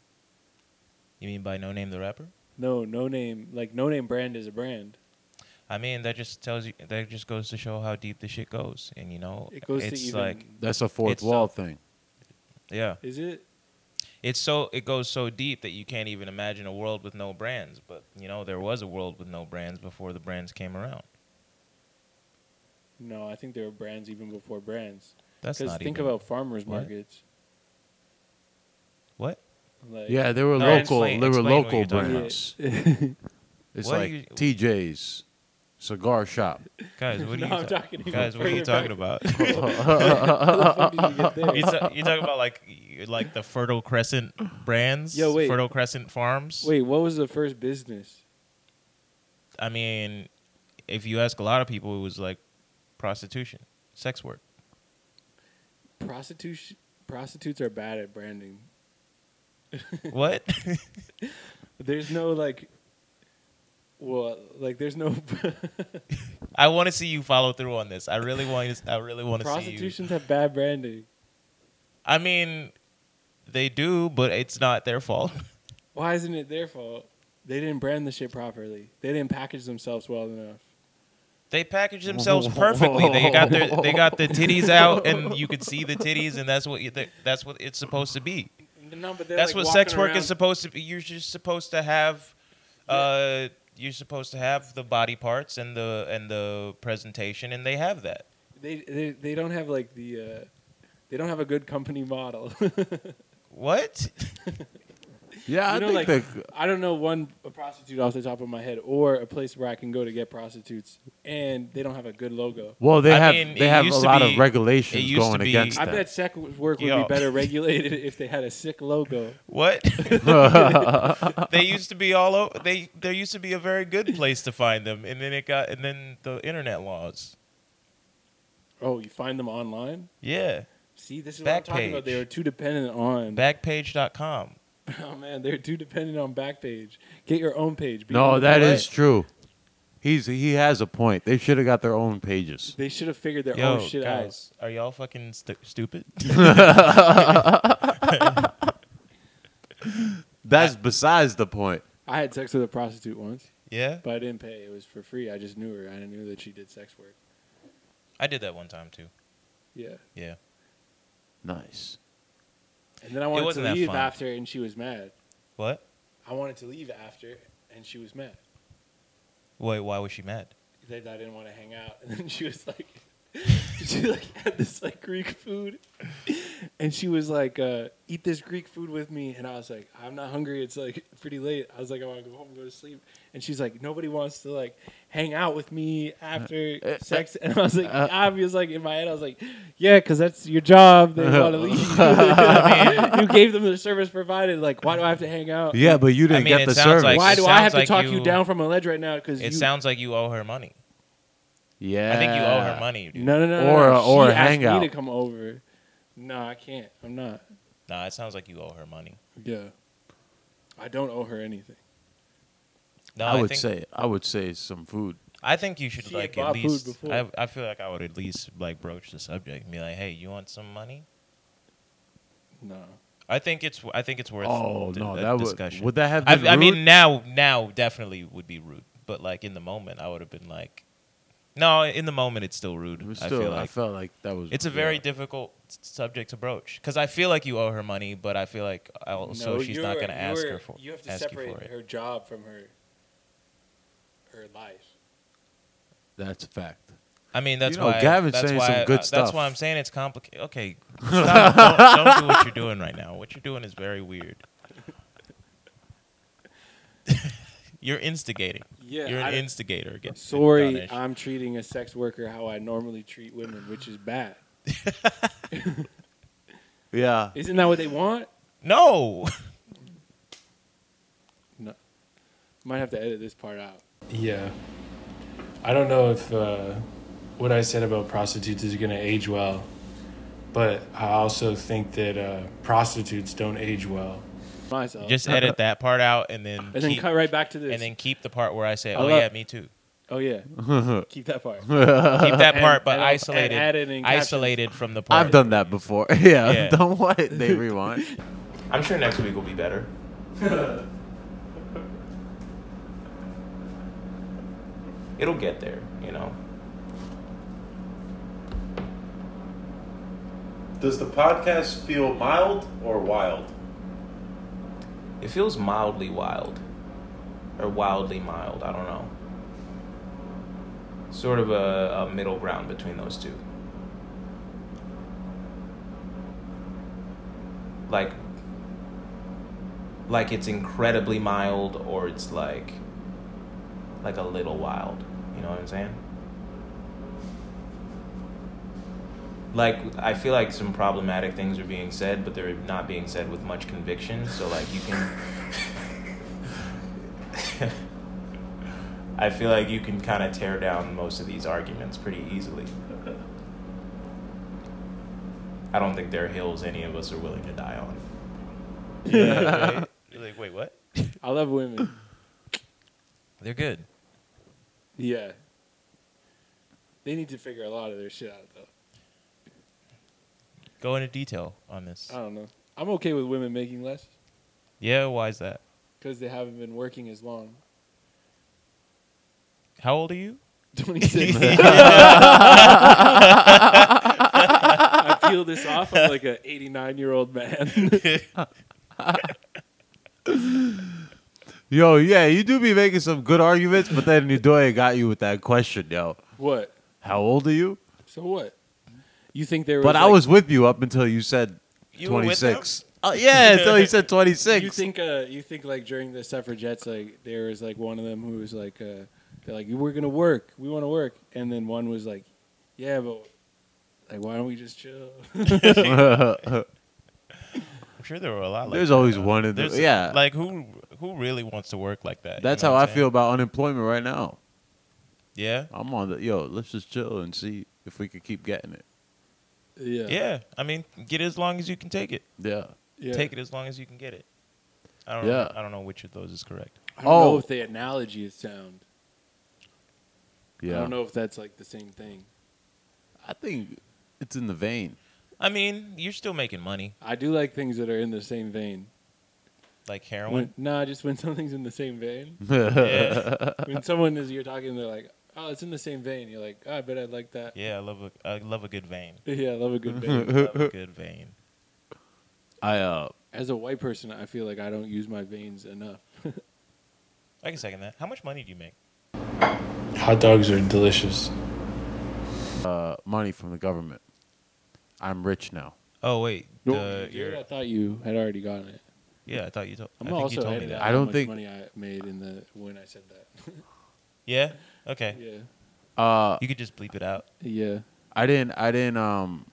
[SPEAKER 1] You mean by no name the rapper?
[SPEAKER 5] No, No Name. Like No Name Brand is a brand.
[SPEAKER 1] I mean, that just tells you. That just goes to show how deep the shit goes. And you know,
[SPEAKER 5] It goes
[SPEAKER 1] it's
[SPEAKER 5] to even.
[SPEAKER 1] like
[SPEAKER 6] That's a fourth
[SPEAKER 1] It's
[SPEAKER 6] wall thing.
[SPEAKER 1] yeah.
[SPEAKER 5] is it?
[SPEAKER 1] it's so it goes so deep that you can't even imagine a world with no brands. But you know, there was a world with no brands before the brands came around.
[SPEAKER 5] No, I think there were brands even before brands.
[SPEAKER 1] That's
[SPEAKER 5] Because
[SPEAKER 1] not
[SPEAKER 5] think
[SPEAKER 1] even
[SPEAKER 5] about farmers
[SPEAKER 1] What?
[SPEAKER 5] markets.
[SPEAKER 1] what.
[SPEAKER 5] Like,
[SPEAKER 6] Yeah, they were
[SPEAKER 1] No,
[SPEAKER 6] local.
[SPEAKER 1] explain-
[SPEAKER 6] they were
[SPEAKER 1] explain what
[SPEAKER 6] local
[SPEAKER 1] you're talking
[SPEAKER 6] brands. It's
[SPEAKER 1] What are
[SPEAKER 6] like
[SPEAKER 1] you-
[SPEAKER 6] TJ's cigar shop.
[SPEAKER 1] Guys, what are
[SPEAKER 5] No,
[SPEAKER 1] you
[SPEAKER 5] I'm
[SPEAKER 1] ta-
[SPEAKER 5] talking even
[SPEAKER 1] guys? What are you
[SPEAKER 5] further
[SPEAKER 1] talking about? you
[SPEAKER 5] How the fuck did you get there?
[SPEAKER 1] ta- you talking about like you- like the Fertile Crescent brands?
[SPEAKER 5] Yo, wait.
[SPEAKER 1] Fertile Crescent Farms.
[SPEAKER 5] Wait, what was the first business?
[SPEAKER 1] I mean, if you ask a lot of people, it was like prostitution, sex work.
[SPEAKER 5] Prostitution. Prostitutes are bad at branding.
[SPEAKER 1] What?
[SPEAKER 5] There's no like. Well, like there's no
[SPEAKER 1] I want to see you follow through on this. I really want. to. I really want to see you.
[SPEAKER 5] prostitutions have bad branding.
[SPEAKER 1] I mean, they do, but it's not their fault.
[SPEAKER 5] Why isn't it their fault? They didn't brand the shit properly. They didn't package themselves well enough.
[SPEAKER 1] They package themselves perfectly. They got their they got the titties out, and you could see the titties, and that's what you, that- that's what it's supposed to be.
[SPEAKER 5] No, but
[SPEAKER 1] That's what sex work is supposed to be. You're just supposed to have, uh, you're supposed to have the body parts and the and the presentation, and they have that.
[SPEAKER 5] They, they they don't have like the, uh, they don't have a good company model.
[SPEAKER 1] What?
[SPEAKER 6] Yeah, I
[SPEAKER 5] You know,
[SPEAKER 6] think
[SPEAKER 5] like-
[SPEAKER 6] the
[SPEAKER 5] I don't know one a prostitute off the top of my head, or a place where I can go to get prostitutes, and they don't have a good logo.
[SPEAKER 6] well, they
[SPEAKER 1] I
[SPEAKER 6] have
[SPEAKER 1] mean,
[SPEAKER 6] they
[SPEAKER 1] it
[SPEAKER 6] have a
[SPEAKER 1] used to
[SPEAKER 6] lot
[SPEAKER 1] be-
[SPEAKER 6] of regulations
[SPEAKER 1] it used to
[SPEAKER 6] going
[SPEAKER 1] be-
[SPEAKER 6] against
[SPEAKER 5] I
[SPEAKER 1] I
[SPEAKER 5] bet
[SPEAKER 6] that.
[SPEAKER 5] sex work would
[SPEAKER 1] Yo.
[SPEAKER 5] be better regulated if they had a sick logo.
[SPEAKER 1] What? they used to be all over. They there used to be a very good place to find them, and then it got and then the internet laws.
[SPEAKER 5] Oh, you find them online.
[SPEAKER 1] Yeah,
[SPEAKER 5] See, this is what I'm talking about.
[SPEAKER 1] Backpage.
[SPEAKER 5] They were too dependent on.
[SPEAKER 1] backpage.com.
[SPEAKER 5] oh man, they're too dependent on Backpage. Get your own page. be
[SPEAKER 6] No,
[SPEAKER 5] on-
[SPEAKER 6] that
[SPEAKER 1] What?
[SPEAKER 6] is true. He's he has a point. They should have got their own pages.
[SPEAKER 5] They should have figured their
[SPEAKER 6] Oh,
[SPEAKER 1] Yo,
[SPEAKER 5] own shit out.
[SPEAKER 1] guys, are y'all fucking stu- stupid?
[SPEAKER 6] That's besides the point.
[SPEAKER 5] I had sex with a prostitute once,
[SPEAKER 1] yeah,
[SPEAKER 5] but I didn't pay. It was for free. I just knew her. I knew that she did sex work.
[SPEAKER 1] I did that one time too.
[SPEAKER 5] Yeah.
[SPEAKER 1] Yeah,
[SPEAKER 6] Nice.
[SPEAKER 5] And then I wanted
[SPEAKER 1] wasn't
[SPEAKER 5] to
[SPEAKER 1] that
[SPEAKER 5] leave
[SPEAKER 1] fun.
[SPEAKER 5] after, and she was mad.
[SPEAKER 1] what?
[SPEAKER 5] I wanted to leave after, and she was mad
[SPEAKER 1] Wait, why was she mad?
[SPEAKER 5] that I didn't want to hang out. And then she was like, she like had this like Greek food, and she was like, uh, "Eat this Greek food with me." And I was like, "I'm not hungry. It's like pretty late." I was like, "I want to go home and go to sleep." And she's like, "Nobody wants to like hang out with me after
[SPEAKER 1] Uh,
[SPEAKER 5] sex." And I was like, obvious like in my head, I was like, "Yeah, because that's your job. They want to leave. I mean, you gave them the service provided. Like, why do I have to hang out?"
[SPEAKER 6] Yeah, but you didn't
[SPEAKER 1] mean,
[SPEAKER 6] get
[SPEAKER 1] it
[SPEAKER 6] the
[SPEAKER 1] sounds
[SPEAKER 6] service.
[SPEAKER 1] like-
[SPEAKER 5] Why
[SPEAKER 1] it
[SPEAKER 5] do I have
[SPEAKER 1] sounds
[SPEAKER 5] to
[SPEAKER 1] like
[SPEAKER 5] talk you,
[SPEAKER 1] you-
[SPEAKER 5] down from a ledge right now? Because
[SPEAKER 1] It sounds like you owe her money.
[SPEAKER 6] Yeah.
[SPEAKER 1] I think you owe her money, dude.
[SPEAKER 5] No, no, no. no,
[SPEAKER 6] Or a-
[SPEAKER 5] no.
[SPEAKER 6] or a
[SPEAKER 5] she asked
[SPEAKER 6] hangout.
[SPEAKER 5] me to come over. No, I can't. I'm not.
[SPEAKER 1] Nah, it sounds like you owe her money.
[SPEAKER 5] Yeah, I don't owe her anything.
[SPEAKER 1] No,
[SPEAKER 6] I, would
[SPEAKER 1] think,
[SPEAKER 6] say I would say some food.
[SPEAKER 1] I think you should
[SPEAKER 5] She
[SPEAKER 1] like
[SPEAKER 5] had
[SPEAKER 1] at
[SPEAKER 5] bought food
[SPEAKER 1] least.
[SPEAKER 5] before.
[SPEAKER 1] I I feel like I would at least like broach the subject and be like, "Hey, you want some money?"
[SPEAKER 5] No.
[SPEAKER 1] I think it's I think it's worth.
[SPEAKER 6] Oh
[SPEAKER 1] the-
[SPEAKER 6] no,
[SPEAKER 1] the
[SPEAKER 6] that would
[SPEAKER 1] uh, discussion.
[SPEAKER 6] would that have
[SPEAKER 1] I,
[SPEAKER 6] been
[SPEAKER 1] I
[SPEAKER 6] rude?
[SPEAKER 1] mean, now now definitely would be rude, but like in the moment, I would have been like, no, in the moment it's still rude.
[SPEAKER 6] It was
[SPEAKER 1] I
[SPEAKER 6] still-
[SPEAKER 1] feel like
[SPEAKER 6] felt like that was.
[SPEAKER 1] it's a very
[SPEAKER 6] yeah.
[SPEAKER 1] difficult s- subject to broach because I feel like you owe her money, but I feel like I also Oh, she's not
[SPEAKER 5] you're-
[SPEAKER 1] going to ask
[SPEAKER 5] you're-
[SPEAKER 1] her for
[SPEAKER 5] You have to
[SPEAKER 1] ask you
[SPEAKER 5] separate
[SPEAKER 1] for it.
[SPEAKER 5] her job from her her life.
[SPEAKER 6] That's a fact.
[SPEAKER 1] I mean, that's
[SPEAKER 6] know,
[SPEAKER 1] why
[SPEAKER 6] Gavin's
[SPEAKER 1] that's
[SPEAKER 6] saying
[SPEAKER 1] why
[SPEAKER 6] some
[SPEAKER 1] I-
[SPEAKER 6] good
[SPEAKER 1] That's
[SPEAKER 6] stuff.
[SPEAKER 1] why I'm saying it's complicated. Okay, stop. don't, don't do what you're doing right now. What you're doing is very weird. you're instigating.
[SPEAKER 5] Yeah,
[SPEAKER 1] you're an
[SPEAKER 5] I-
[SPEAKER 1] instigator. Get,
[SPEAKER 5] Sorry,
[SPEAKER 1] Donish.
[SPEAKER 5] I'm treating a sex worker how I normally treat women, which is bad.
[SPEAKER 6] Yeah.
[SPEAKER 5] Isn't that what they want?
[SPEAKER 1] no.
[SPEAKER 5] Might have to edit this part out.
[SPEAKER 3] Yeah. I don't know if uh, what I said about prostitutes is going to age well, but I also think that uh, prostitutes don't age well.
[SPEAKER 5] Myself.
[SPEAKER 1] Just edit that part out and then
[SPEAKER 5] and then
[SPEAKER 1] keep,
[SPEAKER 5] cut right back to this.
[SPEAKER 1] and then keep the part where I say,
[SPEAKER 5] I
[SPEAKER 1] "Oh
[SPEAKER 5] love-
[SPEAKER 1] yeah, me too."
[SPEAKER 5] oh yeah, keep that part.
[SPEAKER 1] Keep that
[SPEAKER 5] And-
[SPEAKER 1] part, but
[SPEAKER 5] and I'll- and
[SPEAKER 1] isolated,
[SPEAKER 5] add it in captions.
[SPEAKER 1] isolated from the part.
[SPEAKER 6] I've done that before. yeah.
[SPEAKER 1] Yeah.
[SPEAKER 6] Don't want it. They rewind.
[SPEAKER 1] I'm sure next week will be better. It'll get there, you know.
[SPEAKER 2] Does the podcast feel mild or wild?
[SPEAKER 1] It feels mildly wild, or wildly mild. I don't know. Sort of a, a middle ground between those two. Like, like it's incredibly mild, or it's like, like a little wild. You know what I'm saying? like I feel like some problematic things are being said, but they're not being said with much conviction. So like you can, I feel like you can kind of tear down most of these arguments pretty easily. I don't think there are hills any of us are willing to die on. Yeah, right? You're like wait, what?
[SPEAKER 5] I love women.
[SPEAKER 1] They're good.
[SPEAKER 5] Yeah. They need to figure a lot of their shit out though.
[SPEAKER 1] Go into detail on this.
[SPEAKER 5] I don't know. I'm okay with women making less
[SPEAKER 1] Yeah, why is that?
[SPEAKER 5] because they haven't been working as long.
[SPEAKER 1] How old are you?
[SPEAKER 5] 26. I peel this off. I'm like an 89 year old man.
[SPEAKER 6] Yo, yeah, you do be making some good arguments, but then Udoya got you with that question, yo.
[SPEAKER 5] what?
[SPEAKER 6] How old are you?
[SPEAKER 5] So what? You think there was?
[SPEAKER 6] But I
[SPEAKER 5] like-
[SPEAKER 6] was with you up until you said
[SPEAKER 1] You were with them?
[SPEAKER 6] 26. Oh, yeah, until you said 26.
[SPEAKER 5] You think? Uh, you think like during the suffragettes, like there was like one of them who was like, uh, they're like, we're gonna work. We want to work. And then one was like, yeah, but like, why don't we just chill?
[SPEAKER 1] I'm sure there were a lot. Like
[SPEAKER 6] There's
[SPEAKER 1] that,
[SPEAKER 6] always
[SPEAKER 1] though.
[SPEAKER 6] one in the-
[SPEAKER 1] There's-
[SPEAKER 6] yeah.
[SPEAKER 1] Like who who really wants to work like that? You
[SPEAKER 6] That's
[SPEAKER 1] know
[SPEAKER 6] how
[SPEAKER 1] what
[SPEAKER 6] I
[SPEAKER 1] I'm saying?
[SPEAKER 6] feel about unemployment right now.
[SPEAKER 1] Yeah.
[SPEAKER 6] I'm on the, yo, let's just chill and see if we could keep getting it.
[SPEAKER 5] yeah.
[SPEAKER 1] Yeah. I mean, get it as long as you can take it.
[SPEAKER 6] Yeah.
[SPEAKER 5] Yeah.
[SPEAKER 1] Take it as long as you can get it. I don't
[SPEAKER 2] Uh.
[SPEAKER 6] Yeah.
[SPEAKER 1] know. I don't know which of those is correct.
[SPEAKER 5] I don't
[SPEAKER 6] Oh.
[SPEAKER 5] know if the analogy is sound.
[SPEAKER 6] Yeah.
[SPEAKER 5] I don't know if that's like the same thing.
[SPEAKER 6] I think it's in the vein.
[SPEAKER 1] I mean, you're still making money,
[SPEAKER 5] I do like things that are in the same vein.
[SPEAKER 1] like heroin.
[SPEAKER 5] When, nah, just when something's in the same vein.
[SPEAKER 1] yeah.
[SPEAKER 5] when someone is you're talking, they're like, "Oh, it's in the same vein." You're like, oh, "I bet I'd like that."
[SPEAKER 1] yeah, I love a I love a good vein.
[SPEAKER 5] Yeah, I love a good vein.
[SPEAKER 1] love a good vein.
[SPEAKER 6] I uh
[SPEAKER 5] As a white person, I feel like I don't use my veins enough.
[SPEAKER 1] I can second that. How much money do you make?
[SPEAKER 3] Hot dogs are delicious.
[SPEAKER 6] uh money from the government. I'm rich now.
[SPEAKER 1] Oh wait,
[SPEAKER 5] No,
[SPEAKER 1] the-
[SPEAKER 5] dude,
[SPEAKER 1] your-
[SPEAKER 5] I thought you had already gotten it.
[SPEAKER 1] yeah, I thought you told. I
[SPEAKER 5] I'm
[SPEAKER 1] think
[SPEAKER 5] also
[SPEAKER 1] you told me
[SPEAKER 5] editing
[SPEAKER 1] that.
[SPEAKER 5] out
[SPEAKER 6] I don't
[SPEAKER 5] how much
[SPEAKER 6] think-
[SPEAKER 5] money I made in the when I said that.
[SPEAKER 1] Yeah. Okay.
[SPEAKER 5] yeah,
[SPEAKER 6] Uh
[SPEAKER 1] You could just bleep it out.
[SPEAKER 5] yeah.
[SPEAKER 6] I didn't I didn't um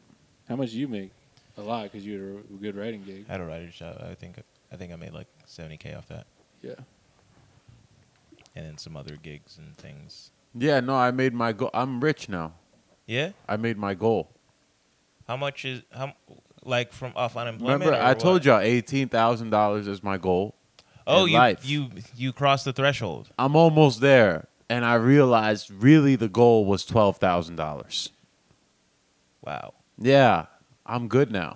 [SPEAKER 5] How much do you make? A lot because you had a good writing gig.
[SPEAKER 1] I had a writer's job. I think I think I made like 70k off that,
[SPEAKER 5] Yeah.
[SPEAKER 1] and then some other gigs and things.
[SPEAKER 2] Yeah, no, I made my goal. I'm rich now.
[SPEAKER 7] Yeah.
[SPEAKER 2] I made my goal.
[SPEAKER 7] How much is how like from off unemployment?
[SPEAKER 2] Remember,
[SPEAKER 7] or
[SPEAKER 2] I told
[SPEAKER 7] what?
[SPEAKER 2] y'all eighteen thousand dollars is my goal.
[SPEAKER 7] Oh,
[SPEAKER 2] in
[SPEAKER 7] you
[SPEAKER 2] life.
[SPEAKER 7] you you crossed the threshold.
[SPEAKER 2] I'm almost there, and I realized really the goal was twelve thousand dollars.
[SPEAKER 7] Wow.
[SPEAKER 2] Yeah, I'm good now.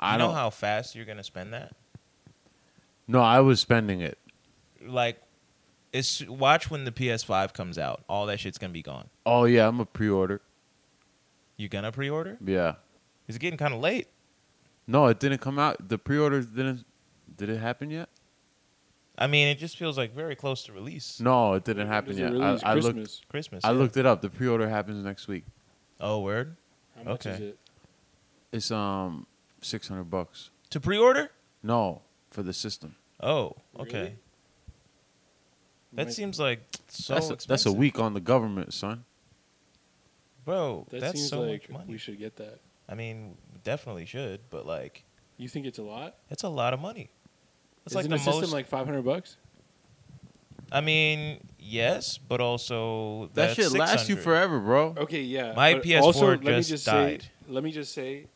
[SPEAKER 7] You
[SPEAKER 2] I
[SPEAKER 7] know
[SPEAKER 2] don't
[SPEAKER 7] how fast you're gonna spend that.
[SPEAKER 2] No, I was spending it.
[SPEAKER 7] Like, it's watch when the PS5 comes out. All that shit's gonna be gone.
[SPEAKER 2] Oh yeah, I'm a pre-order.
[SPEAKER 7] You gonna pre-order?
[SPEAKER 2] Yeah.
[SPEAKER 7] It's getting kind of late.
[SPEAKER 2] No, it didn't come out. The pre-orders didn't. Did it happen yet?
[SPEAKER 7] I mean, it just feels like very close to release.
[SPEAKER 2] No, it didn't happen
[SPEAKER 5] Does it
[SPEAKER 2] yet.
[SPEAKER 5] release
[SPEAKER 2] I, I looked.
[SPEAKER 5] Christmas?
[SPEAKER 7] Christmas.
[SPEAKER 2] I
[SPEAKER 7] yeah.
[SPEAKER 2] looked it up. The pre-order happens next week.
[SPEAKER 7] Oh, word.
[SPEAKER 5] How much
[SPEAKER 7] Okay.
[SPEAKER 5] is it?
[SPEAKER 2] It's um six hundred bucks.
[SPEAKER 7] To pre-order?
[SPEAKER 2] No, for the system.
[SPEAKER 7] Oh, okay.
[SPEAKER 5] Really?
[SPEAKER 7] That
[SPEAKER 5] Might-
[SPEAKER 7] seems like so
[SPEAKER 2] that's a,
[SPEAKER 7] expensive.
[SPEAKER 2] that's a week on the government, son.
[SPEAKER 7] bro.
[SPEAKER 5] That
[SPEAKER 7] that's
[SPEAKER 5] seems
[SPEAKER 7] so
[SPEAKER 5] like
[SPEAKER 7] much money.
[SPEAKER 5] we should get that.
[SPEAKER 7] I mean, definitely should, but like,
[SPEAKER 5] You think it's a lot?
[SPEAKER 7] it's a lot of money. It's
[SPEAKER 5] Isn't
[SPEAKER 7] like
[SPEAKER 5] a
[SPEAKER 7] the most.
[SPEAKER 5] system like 500 bucks?
[SPEAKER 7] I mean, yes, but also
[SPEAKER 2] That
[SPEAKER 7] that's
[SPEAKER 2] shit lasts you
[SPEAKER 7] 600.
[SPEAKER 2] forelet bro.
[SPEAKER 5] Okay, yeah.
[SPEAKER 7] My
[SPEAKER 5] but
[SPEAKER 7] PS4
[SPEAKER 5] also, let me
[SPEAKER 7] just
[SPEAKER 5] just
[SPEAKER 7] died.
[SPEAKER 5] Say, let me just say,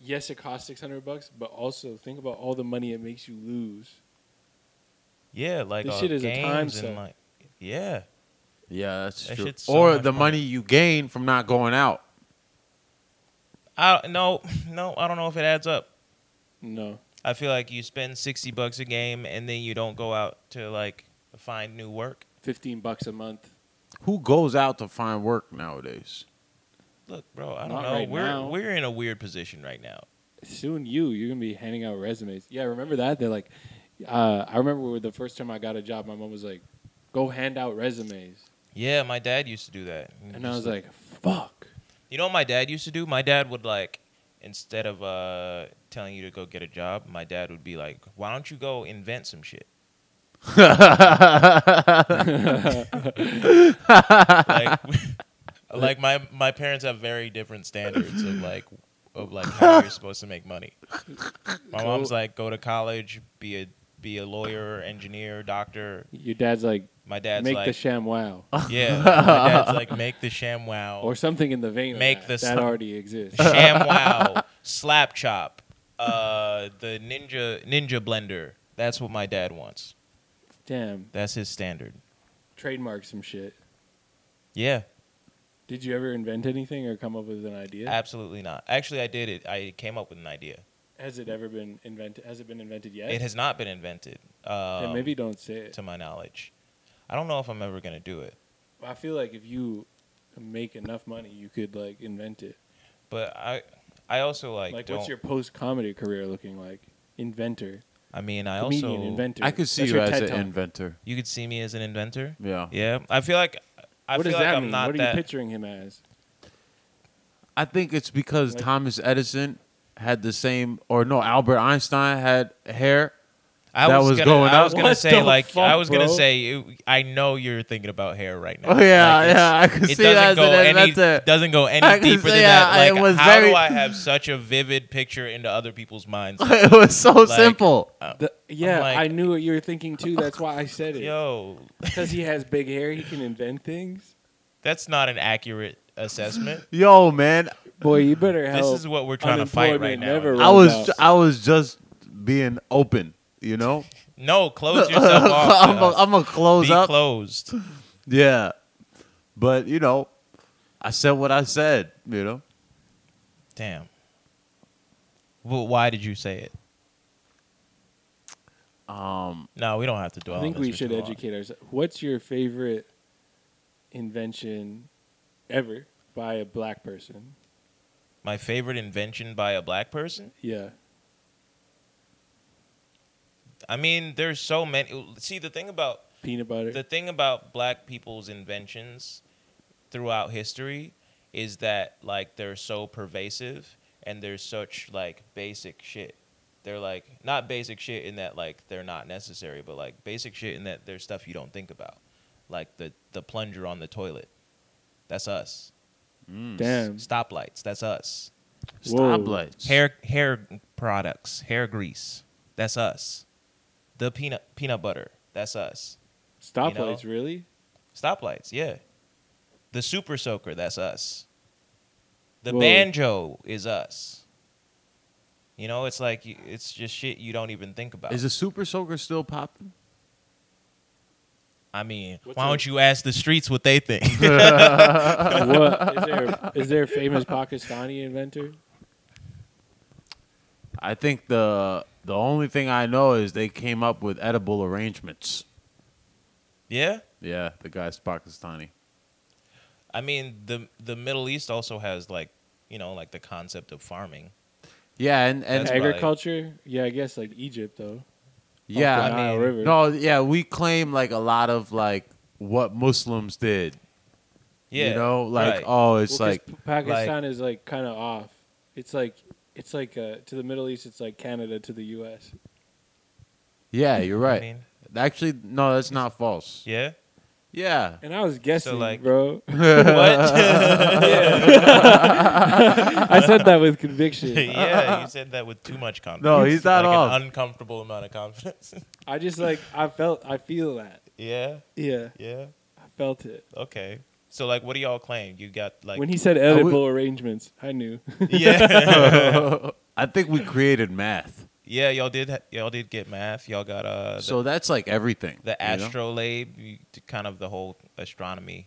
[SPEAKER 5] yes, it costs 600 bucks, but also think about all the money it makes you lose.
[SPEAKER 7] Yeah, like
[SPEAKER 5] This
[SPEAKER 7] uh,
[SPEAKER 5] shit is a
[SPEAKER 7] games
[SPEAKER 5] time
[SPEAKER 7] and
[SPEAKER 5] suck.
[SPEAKER 7] like, yeah,
[SPEAKER 2] Yeah, that's
[SPEAKER 7] That
[SPEAKER 2] true.
[SPEAKER 7] shit's so
[SPEAKER 2] or
[SPEAKER 7] much
[SPEAKER 2] the
[SPEAKER 7] money.
[SPEAKER 2] money you gain from not going out.
[SPEAKER 7] I no, no, I don't know if it adds up.
[SPEAKER 5] No.
[SPEAKER 7] I feel like you spend sixty bucks a game and then you don't go out to like find new work.
[SPEAKER 5] 15 bucks a month.
[SPEAKER 2] Who goes out to find work nowadays?
[SPEAKER 7] Look, bro, I don't
[SPEAKER 5] Not
[SPEAKER 7] know.
[SPEAKER 5] right
[SPEAKER 7] we're
[SPEAKER 5] now.
[SPEAKER 7] we're in a weird position right now.
[SPEAKER 5] Soon you, you're going to be handing out resumes. Yeah, remember that? They're like, uh, I remember when the first time I got a job, my mom was like, go hand out resumes.
[SPEAKER 7] Yeah, my dad used to do that. He
[SPEAKER 5] And I
[SPEAKER 7] just,
[SPEAKER 5] was like, fuck.
[SPEAKER 7] you know what my dad used to do? My dad would like instead of uh telling you to go get a job, my dad would be like, "Why don't you go invent some shit?" like, like my my parents have very different standards of like of like how you're supposed to make money. My mom's like go to college, be a be a lawyer, engineer, doctor.
[SPEAKER 5] Your dad's like,
[SPEAKER 7] My dad's
[SPEAKER 5] make
[SPEAKER 7] like oh.
[SPEAKER 5] the sham wow.
[SPEAKER 7] yeah. My dad's like make the sham wow
[SPEAKER 5] Or something in the vein of
[SPEAKER 7] Make
[SPEAKER 5] that.
[SPEAKER 7] the
[SPEAKER 5] that
[SPEAKER 7] sum-
[SPEAKER 5] already exists.
[SPEAKER 7] sham wow, slap chop, uh the ninja ninja blender. That's what my dad wants.
[SPEAKER 5] Damn.
[SPEAKER 7] That's his standard.
[SPEAKER 5] Trademark some shit.
[SPEAKER 7] Yeah,
[SPEAKER 5] Did you ever invent anything or come up with an idea?
[SPEAKER 7] absolutely not. Actually, I did it. I came up with an idea.
[SPEAKER 5] Has it ever been invented? Has it been invented yet?
[SPEAKER 7] It has not been invented.
[SPEAKER 5] Then
[SPEAKER 7] Um,
[SPEAKER 5] maybe don't say it.
[SPEAKER 7] to my knowledge. I don't know if I'm ever gonna do it,
[SPEAKER 5] I feel like if you make enough money, you could like invent it.
[SPEAKER 7] but I, I also like,
[SPEAKER 5] Like,
[SPEAKER 7] don't.
[SPEAKER 5] what's your post comedy career looking like? Inventor,
[SPEAKER 7] I mean, I
[SPEAKER 5] comedian,
[SPEAKER 7] also
[SPEAKER 5] inventor.
[SPEAKER 2] I could see
[SPEAKER 5] That's
[SPEAKER 2] you
[SPEAKER 5] your
[SPEAKER 2] as
[SPEAKER 5] TED
[SPEAKER 2] an
[SPEAKER 5] Talk.
[SPEAKER 2] inventor.
[SPEAKER 7] You could see me as an inventor.
[SPEAKER 2] Yeah.
[SPEAKER 7] Yeah, I feel like I
[SPEAKER 5] What
[SPEAKER 7] feel
[SPEAKER 5] does
[SPEAKER 7] like
[SPEAKER 5] that
[SPEAKER 7] I'm
[SPEAKER 5] mean?
[SPEAKER 7] not
[SPEAKER 5] what are
[SPEAKER 7] that.
[SPEAKER 5] you picturing him as?
[SPEAKER 2] I think it's because
[SPEAKER 5] Like-
[SPEAKER 2] Thomas Edison had the same, or no, Albert Einstein had hair.
[SPEAKER 7] I
[SPEAKER 2] that
[SPEAKER 7] was,
[SPEAKER 2] was
[SPEAKER 7] gonna,
[SPEAKER 2] going
[SPEAKER 7] I
[SPEAKER 2] up.
[SPEAKER 7] was gonna
[SPEAKER 5] What
[SPEAKER 7] say
[SPEAKER 5] the
[SPEAKER 7] like
[SPEAKER 5] fuck,
[SPEAKER 7] I was gonna
[SPEAKER 5] bro?
[SPEAKER 7] say you- I know you're thinking about hair right now.
[SPEAKER 2] Oh yeah,
[SPEAKER 7] Like, it's-
[SPEAKER 2] yeah, I could
[SPEAKER 7] It
[SPEAKER 2] see that
[SPEAKER 7] doesn't
[SPEAKER 2] as
[SPEAKER 7] go
[SPEAKER 2] an
[SPEAKER 7] any
[SPEAKER 2] inventor.
[SPEAKER 7] doesn't go any
[SPEAKER 2] I could
[SPEAKER 7] deeper
[SPEAKER 2] say
[SPEAKER 7] than that.
[SPEAKER 2] I- it
[SPEAKER 7] Like,
[SPEAKER 2] was
[SPEAKER 7] how
[SPEAKER 2] very-
[SPEAKER 7] do I have such a vivid picture into other people's minds?
[SPEAKER 2] it was so simple.
[SPEAKER 7] uh,
[SPEAKER 5] The- yeah,
[SPEAKER 7] Oh. like-
[SPEAKER 5] I knew what you were thinking too. That's why I said it.
[SPEAKER 7] Yo,
[SPEAKER 5] Because he has big hair, he can invent things.
[SPEAKER 7] that's not an accurate assessment.
[SPEAKER 2] Yo, man,
[SPEAKER 5] Boy, you better help.
[SPEAKER 7] This is what we're trying to fight right
[SPEAKER 5] Unemployment never
[SPEAKER 7] now.
[SPEAKER 2] I was
[SPEAKER 5] Roundhouse.
[SPEAKER 2] I was just being open, you know.
[SPEAKER 7] No, close yourself off.
[SPEAKER 2] I'm a,
[SPEAKER 7] Gus.
[SPEAKER 2] I'm a close
[SPEAKER 7] Be
[SPEAKER 2] up.
[SPEAKER 7] closed.
[SPEAKER 2] Yeah, but you know, I said what I said. You know,
[SPEAKER 7] Damn. Well, why did you say it?
[SPEAKER 2] um,
[SPEAKER 7] No, we don't have to dwell.
[SPEAKER 5] I
[SPEAKER 7] on
[SPEAKER 5] think
[SPEAKER 7] this
[SPEAKER 5] we
[SPEAKER 7] for
[SPEAKER 5] should
[SPEAKER 7] too long.
[SPEAKER 5] educate ourselves. What's your favorite invention ever by a black person?
[SPEAKER 7] My favorite invention by a black person.
[SPEAKER 5] Yeah.
[SPEAKER 7] I mean, there's so many. See, the thing about
[SPEAKER 5] Peanut butter.
[SPEAKER 7] the thing about black people's inventions throughout history is that like they're so pervasive and they're such like basic shit. They're like not basic shit in that like they're not necessary, but like basic shit in that there's stuff you don't think about, like the the plunger on the toilet. That's us.
[SPEAKER 5] Damn.
[SPEAKER 7] Stoplights. That's us.
[SPEAKER 5] Whoa.
[SPEAKER 2] stoplights.
[SPEAKER 7] Hair hair products. Hair grease. That's us. The peanut peanut butter. That's us.
[SPEAKER 5] Stoplights, really?
[SPEAKER 7] Stoplights, yeah. The super soaker, that's us. The
[SPEAKER 5] Whoa.
[SPEAKER 7] banjo is us. You know, it's like you- it's just shit you don't even think about.
[SPEAKER 6] Is the Super Soaker still popping?
[SPEAKER 7] I mean,
[SPEAKER 5] What's
[SPEAKER 7] why
[SPEAKER 5] a-
[SPEAKER 7] don't you ask the streets what they think?
[SPEAKER 5] what is there? Is there a famous Pakistani inventor?
[SPEAKER 6] I think the the only thing I know is they came up with edible arrangements.
[SPEAKER 7] yeah.
[SPEAKER 6] Yeah, the guy's Pakistani.
[SPEAKER 7] I mean, the the Middle East also has like, you know, like the concept of farming.
[SPEAKER 6] Yeah, and and
[SPEAKER 7] That's right.
[SPEAKER 5] Agriculture? Yeah, I guess like Egypt though.
[SPEAKER 6] yeah,
[SPEAKER 7] I mean-
[SPEAKER 5] Nile River.
[SPEAKER 6] no, yeah, we claim like a lot of like what Muslims did.
[SPEAKER 7] Yeah.
[SPEAKER 6] you know, like
[SPEAKER 7] right.
[SPEAKER 6] oh, it's
[SPEAKER 5] Well, 'cause
[SPEAKER 6] like
[SPEAKER 5] P- Pakistan is like kind of off. It's like it's like uh, to the Middle East. It's like Canada to the U.S.
[SPEAKER 6] yeah, you're right.
[SPEAKER 7] I mean,
[SPEAKER 6] Actually, no, that's not false.
[SPEAKER 7] yeah.
[SPEAKER 6] Yeah,
[SPEAKER 5] And I was guessing,
[SPEAKER 7] like-
[SPEAKER 5] bro.
[SPEAKER 7] what? yeah.
[SPEAKER 5] I said that with conviction.
[SPEAKER 7] yeah, you said that with too much confidence.
[SPEAKER 6] No, he's not
[SPEAKER 7] like
[SPEAKER 6] off.
[SPEAKER 7] An uncomfortable amount of confidence.
[SPEAKER 5] I just like I felt. I feel that.
[SPEAKER 7] yeah.
[SPEAKER 5] Yeah,
[SPEAKER 7] Yeah.
[SPEAKER 5] I felt it.
[SPEAKER 7] Okay. So like, what do y'all claim? You got like
[SPEAKER 5] when he said
[SPEAKER 6] would-
[SPEAKER 5] edible arrangements, I knew.
[SPEAKER 7] yeah,
[SPEAKER 6] I think we created math,
[SPEAKER 7] yeah. Y'all did ha- y'all did get math. Y'all got uh the,
[SPEAKER 6] so that's like everything.
[SPEAKER 7] the
[SPEAKER 6] you know?
[SPEAKER 7] astrolabe, you- t- kind of the whole astronomy.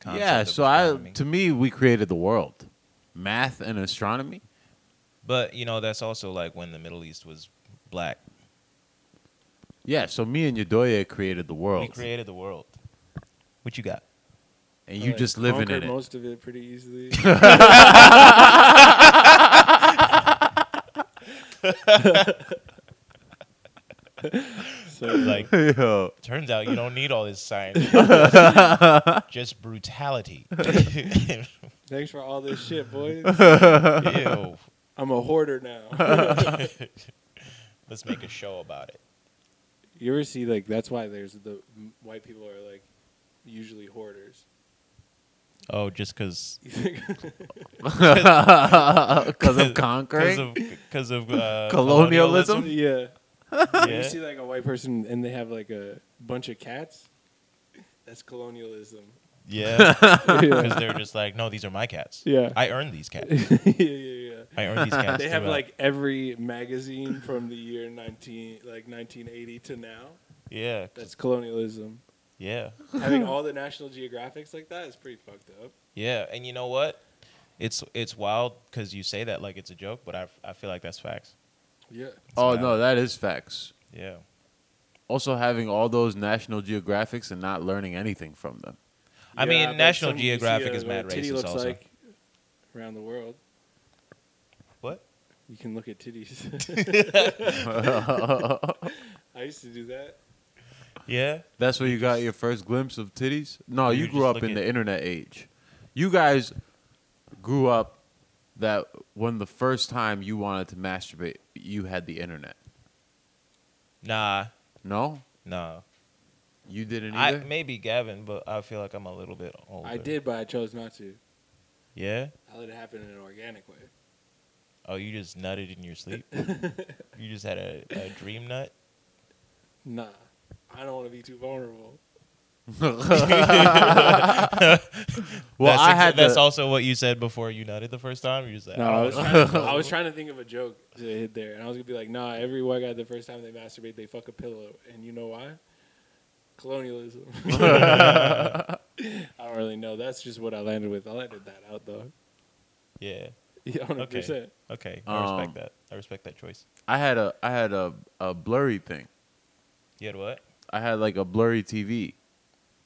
[SPEAKER 7] Concept
[SPEAKER 6] Yeah,
[SPEAKER 7] of
[SPEAKER 6] so I
[SPEAKER 7] astronomy.
[SPEAKER 6] to me we created the world, math and astronomy.
[SPEAKER 7] but you know that's also like when the Middle East was black.
[SPEAKER 6] Yeah, so me and Yodoya created the
[SPEAKER 7] We
[SPEAKER 6] world,
[SPEAKER 7] created the world. What you got?
[SPEAKER 6] and you
[SPEAKER 5] I,
[SPEAKER 6] just living
[SPEAKER 5] conquered
[SPEAKER 6] in it.
[SPEAKER 5] Most of it pretty easily. so
[SPEAKER 7] Like,
[SPEAKER 6] Yo.
[SPEAKER 7] turns out you don't need all this science. Just brutality.
[SPEAKER 5] thanks for all this shit, boys.
[SPEAKER 7] Ew.
[SPEAKER 5] I'm a hoarder now.
[SPEAKER 7] Let's make a show about it.
[SPEAKER 5] You ever see like that's why there's the m- white people are like usually hoarders.
[SPEAKER 7] Oh, just because
[SPEAKER 5] You think-
[SPEAKER 6] Because of
[SPEAKER 7] because
[SPEAKER 6] conquering?
[SPEAKER 7] of because of uh,
[SPEAKER 6] Colonialism?
[SPEAKER 5] yeah. You
[SPEAKER 7] Yeah.
[SPEAKER 5] see like a white person and they have like a bunch of cats. That's colonialism.
[SPEAKER 7] Yeah, because
[SPEAKER 5] yeah.
[SPEAKER 7] they're just like, no, these are my cats.
[SPEAKER 5] Yeah.
[SPEAKER 7] I earned these cats.
[SPEAKER 5] yeah, yeah, yeah.
[SPEAKER 7] I earned these cats.
[SPEAKER 5] They have
[SPEAKER 7] throughout.
[SPEAKER 5] like every magazine from the year 19 like 1980 to now.
[SPEAKER 7] yeah,
[SPEAKER 5] That's colonialism.
[SPEAKER 7] yeah,
[SPEAKER 5] Having all the National Geographics like that is pretty fucked up.
[SPEAKER 7] yeah. And you know what? It's it's wild because you say that like it's a joke, but I I feel like that's facts.
[SPEAKER 5] Yeah.
[SPEAKER 6] oh, no, that is facts.
[SPEAKER 7] Yeah.
[SPEAKER 6] Also, having all those National Geographics and not learning anything from them.
[SPEAKER 7] I mean, National Geographic is mad
[SPEAKER 5] uh, titty
[SPEAKER 7] racist
[SPEAKER 5] looks
[SPEAKER 7] also.
[SPEAKER 5] like around the world.
[SPEAKER 7] What?
[SPEAKER 5] You can look at titties. I used to do that.
[SPEAKER 7] Yeah.
[SPEAKER 6] That's where you got your first glimpse of titties? No,
[SPEAKER 7] You
[SPEAKER 6] you
[SPEAKER 7] just
[SPEAKER 6] grew up
[SPEAKER 7] look
[SPEAKER 6] in
[SPEAKER 7] at-
[SPEAKER 6] the internet age. You guys grew up that when the first time you wanted to masturbate, you had the internet.
[SPEAKER 7] Nah.
[SPEAKER 6] No?
[SPEAKER 7] No.
[SPEAKER 6] You didn't
[SPEAKER 7] I
[SPEAKER 6] either?
[SPEAKER 7] maybe Gavin, but I feel like I'm a little bit older.
[SPEAKER 5] I did, but I chose not to.
[SPEAKER 7] Yeah.
[SPEAKER 5] I let it happen in an organic way.
[SPEAKER 7] Oh, you just nutted in your sleep. you just had a, a dream nut.
[SPEAKER 5] Nah, I don't want to be too vulnerable.
[SPEAKER 6] well,
[SPEAKER 7] that's
[SPEAKER 6] I
[SPEAKER 7] exa-
[SPEAKER 6] had
[SPEAKER 7] That's
[SPEAKER 6] the-
[SPEAKER 7] also what you said before you nutted the first time. You just like,
[SPEAKER 5] No,
[SPEAKER 7] I
[SPEAKER 5] I was,
[SPEAKER 7] was-
[SPEAKER 5] trying to, I was trying to think of a joke to hit there, and I was gonna be like, "Nah, every white guy the first time they masturbate, they fuck a pillow, and you know why? Colonialism." I don't really know. That's just what I landed with. I landed that out though.
[SPEAKER 7] yeah.
[SPEAKER 5] Yeah, hundred
[SPEAKER 7] Okay.
[SPEAKER 5] percent.
[SPEAKER 7] Okay. I respect
[SPEAKER 6] Um,
[SPEAKER 7] that. I respect that choice.
[SPEAKER 6] I had a I had a, a blurry thing.
[SPEAKER 7] You had what?
[SPEAKER 6] I had like a blurry TV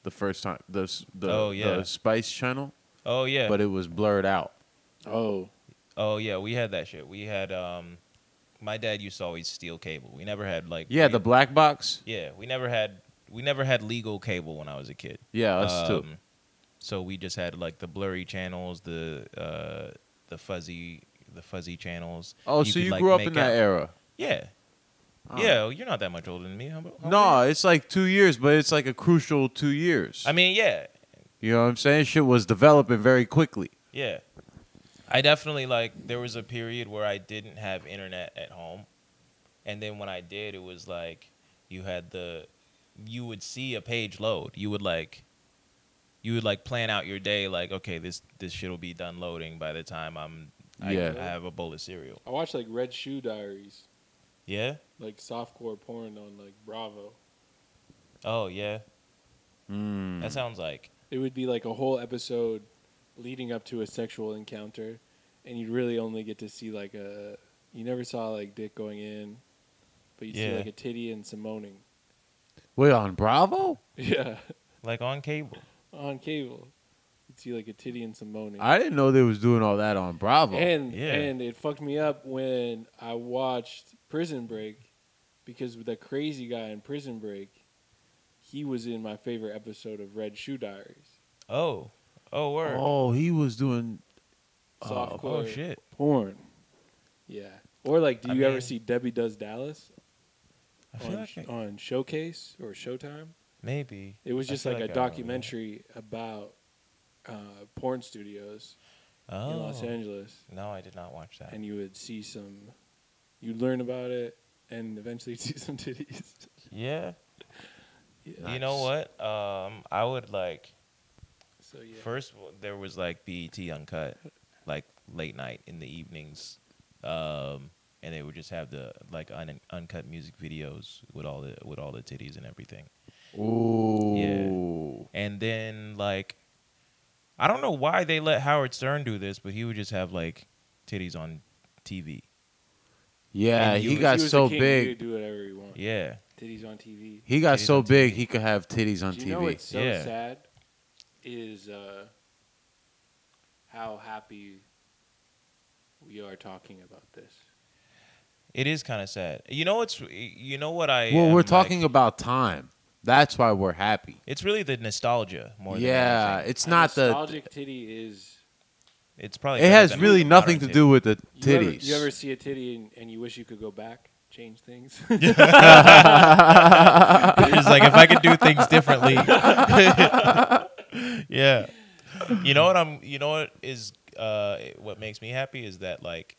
[SPEAKER 6] the first time the s- the,
[SPEAKER 7] Oh, yeah.
[SPEAKER 6] the Spice Channel,
[SPEAKER 7] Oh yeah.
[SPEAKER 6] but it was blurred out.
[SPEAKER 5] Oh,
[SPEAKER 7] oh yeah. We had that shit. We had. um My dad used to always steal cable. We never had like.
[SPEAKER 6] Yeah,
[SPEAKER 7] we-
[SPEAKER 6] the black box.
[SPEAKER 7] Yeah, we never had. We never had legal cable when I was a kid.
[SPEAKER 6] Yeah, us too.
[SPEAKER 7] Um, So we just had like the blurry channels, the uh, the fuzzy, the fuzzy channels.
[SPEAKER 6] Oh, so
[SPEAKER 7] could,
[SPEAKER 6] you
[SPEAKER 7] like,
[SPEAKER 6] grew up
[SPEAKER 7] make
[SPEAKER 6] in that
[SPEAKER 7] out-
[SPEAKER 6] era?
[SPEAKER 7] Yeah.
[SPEAKER 6] Oh.
[SPEAKER 7] Yeah, well, you're not that much older than me. How, about- how old
[SPEAKER 6] No,
[SPEAKER 7] are you?
[SPEAKER 6] it's like two years, but it's like a crucial two years.
[SPEAKER 7] I mean, yeah,
[SPEAKER 6] you know what I'm saying? Shit was developing very quickly.
[SPEAKER 7] yeah. I definitely like. There was a period where I didn't have internet at home, and then when I did, it was like you had the, you would see a page load. You would like
[SPEAKER 1] you would like plan out your day like okay this this shit will be done loading by the time I'm I,
[SPEAKER 6] Yeah.
[SPEAKER 1] I have a bowl of cereal.
[SPEAKER 5] I watch like Red Shoe Diaries,
[SPEAKER 1] Yeah.
[SPEAKER 5] like softcore porn on like Bravo.
[SPEAKER 1] Oh yeah.
[SPEAKER 6] Mm.
[SPEAKER 1] That sounds like
[SPEAKER 5] It would be like a whole episode leading up to a sexual encounter, and you'd really only get to see like a. You never saw like dick going in, but you would see
[SPEAKER 1] Yeah.
[SPEAKER 5] like a titty and some moaning.
[SPEAKER 6] Wait on Bravo?
[SPEAKER 5] Yeah,
[SPEAKER 1] like on cable.
[SPEAKER 5] on cable, you'd see like a titty and some moaning.
[SPEAKER 6] I didn't know they was doing all that on Bravo.
[SPEAKER 5] And
[SPEAKER 1] Yeah.
[SPEAKER 5] and it fucked me up when I watched Prison Break because with that crazy guy in Prison Break, he was in my favorite episode of Red Shoe Diaries.
[SPEAKER 1] Oh. Oh word. Oh,
[SPEAKER 6] oh, he was doing.
[SPEAKER 5] Softcore
[SPEAKER 1] shit.
[SPEAKER 5] porn. Yeah. Or like, do
[SPEAKER 1] I
[SPEAKER 5] you ever
[SPEAKER 1] mean-
[SPEAKER 5] see Debbie Does Dallas
[SPEAKER 1] I feel
[SPEAKER 5] on,
[SPEAKER 1] like I-
[SPEAKER 5] on Showcase or Showtime?
[SPEAKER 1] maybe.
[SPEAKER 5] It was
[SPEAKER 1] I
[SPEAKER 5] just
[SPEAKER 1] feel
[SPEAKER 5] like,
[SPEAKER 1] like
[SPEAKER 5] a
[SPEAKER 1] I remember that.
[SPEAKER 5] documentary about uh, porn studios
[SPEAKER 1] Oh.
[SPEAKER 5] in Los Angeles,
[SPEAKER 1] No, I did not watch that.
[SPEAKER 5] and you would see some, you'd learn about it, and eventually see some titties.
[SPEAKER 1] yeah.
[SPEAKER 5] Yeah.
[SPEAKER 1] You know what? Um I would like
[SPEAKER 5] So yeah.
[SPEAKER 1] First, w- there was like BET Uncut, like late night in the evenings, um, and they would just have the like un- uncut music videos with all the with all the titties and everything.
[SPEAKER 6] Ooh.
[SPEAKER 1] And then like, I don't know why they let Howard Stern do this, but he would just have like titties on TV.
[SPEAKER 6] Yeah,
[SPEAKER 1] And
[SPEAKER 6] he
[SPEAKER 1] you- if
[SPEAKER 6] got
[SPEAKER 5] He was
[SPEAKER 6] so
[SPEAKER 5] a king,
[SPEAKER 6] big.
[SPEAKER 5] He could do whatever he wanted.
[SPEAKER 1] Yeah,
[SPEAKER 5] Titties on TV.
[SPEAKER 6] He got
[SPEAKER 1] Titties
[SPEAKER 6] so
[SPEAKER 1] on TV.
[SPEAKER 6] big he could have titties on
[SPEAKER 5] Do you
[SPEAKER 6] TV.
[SPEAKER 5] know what's so
[SPEAKER 1] Yeah.
[SPEAKER 5] sad is uh, how happy we are talking about this.
[SPEAKER 1] it is kind of sad. You know what's you know what I
[SPEAKER 6] well,
[SPEAKER 1] am,
[SPEAKER 6] we're
[SPEAKER 1] like-
[SPEAKER 6] talking about time. That's why we're happy.
[SPEAKER 1] it's really the nostalgia more. than
[SPEAKER 6] Yeah,
[SPEAKER 1] anything.
[SPEAKER 6] it's not
[SPEAKER 5] the
[SPEAKER 6] the.
[SPEAKER 5] nostalgic titty is.
[SPEAKER 1] it's probably
[SPEAKER 6] It
[SPEAKER 1] better
[SPEAKER 6] has
[SPEAKER 1] than
[SPEAKER 6] really
[SPEAKER 1] modern
[SPEAKER 6] nothing to
[SPEAKER 1] titties.
[SPEAKER 6] do with the
[SPEAKER 5] You ever,
[SPEAKER 6] titties.
[SPEAKER 5] you ever see a titty and, and you wish you could go back, change things?
[SPEAKER 1] It's like if I could do things differently. yeah. You know what I'm you know what is uh what makes me happy is that like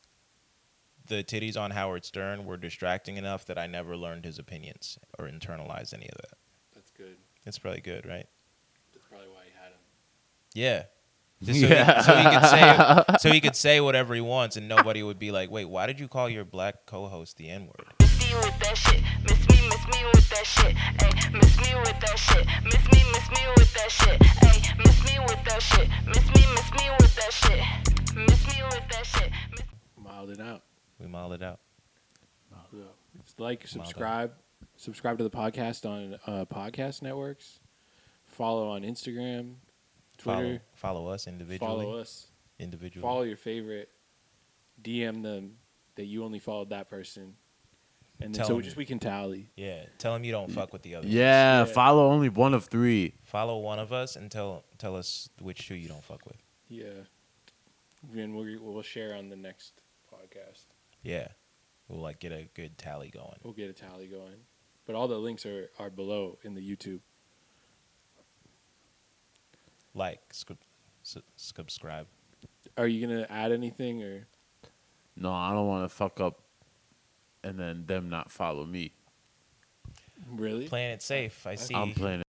[SPEAKER 1] the titties on Howard Stern were distracting enough that I never learned his opinions or internalized any of that.
[SPEAKER 5] That's good.
[SPEAKER 1] It's probably good, right?
[SPEAKER 5] That's probably why you had him.
[SPEAKER 1] Yeah. Just so,
[SPEAKER 6] Yeah.
[SPEAKER 1] He, so he could say so he could say whatever he wants and nobody would be like, "Wait, why did you call your black co-host the N-word?"
[SPEAKER 4] Miss me with that shit. Miss me, miss me with that shit. Ay, miss me with that shit. Miss me, miss me with that shit. Ay, miss me with that shit. Miss me, miss me with that shit. Miss me with that shit. Miss
[SPEAKER 5] Miled it out.
[SPEAKER 1] We mauled it out.
[SPEAKER 5] Yeah. It's like, subscribe, subscribe to the podcast on uh, podcast networks. Follow on Instagram, Twitter.
[SPEAKER 1] Follow, follow us individually.
[SPEAKER 5] follow us.
[SPEAKER 1] Individually.
[SPEAKER 5] follow your favorite, DM them that you only followed that person, and then,
[SPEAKER 1] Tell
[SPEAKER 5] so
[SPEAKER 1] them.
[SPEAKER 5] just we can tally.
[SPEAKER 1] Yeah, tell him you don't fuck with the other.
[SPEAKER 6] yeah,
[SPEAKER 5] Yeah.
[SPEAKER 6] follow only one of three.
[SPEAKER 1] Follow one of us and tell tell us which two you don't fuck with.
[SPEAKER 5] Yeah, and we'll we'll share on the next podcast.
[SPEAKER 1] Yeah, we'll like get a good tally going.
[SPEAKER 5] We'll get a tally going, but all the links are are below in the YouTube.
[SPEAKER 1] Like, scrip- su- subscribe.
[SPEAKER 5] Are you gonna add anything or?
[SPEAKER 6] No, I don't want to fuck up, and then them not follow me.
[SPEAKER 5] Really?
[SPEAKER 1] Playing it safe. I see.
[SPEAKER 6] I'm playing.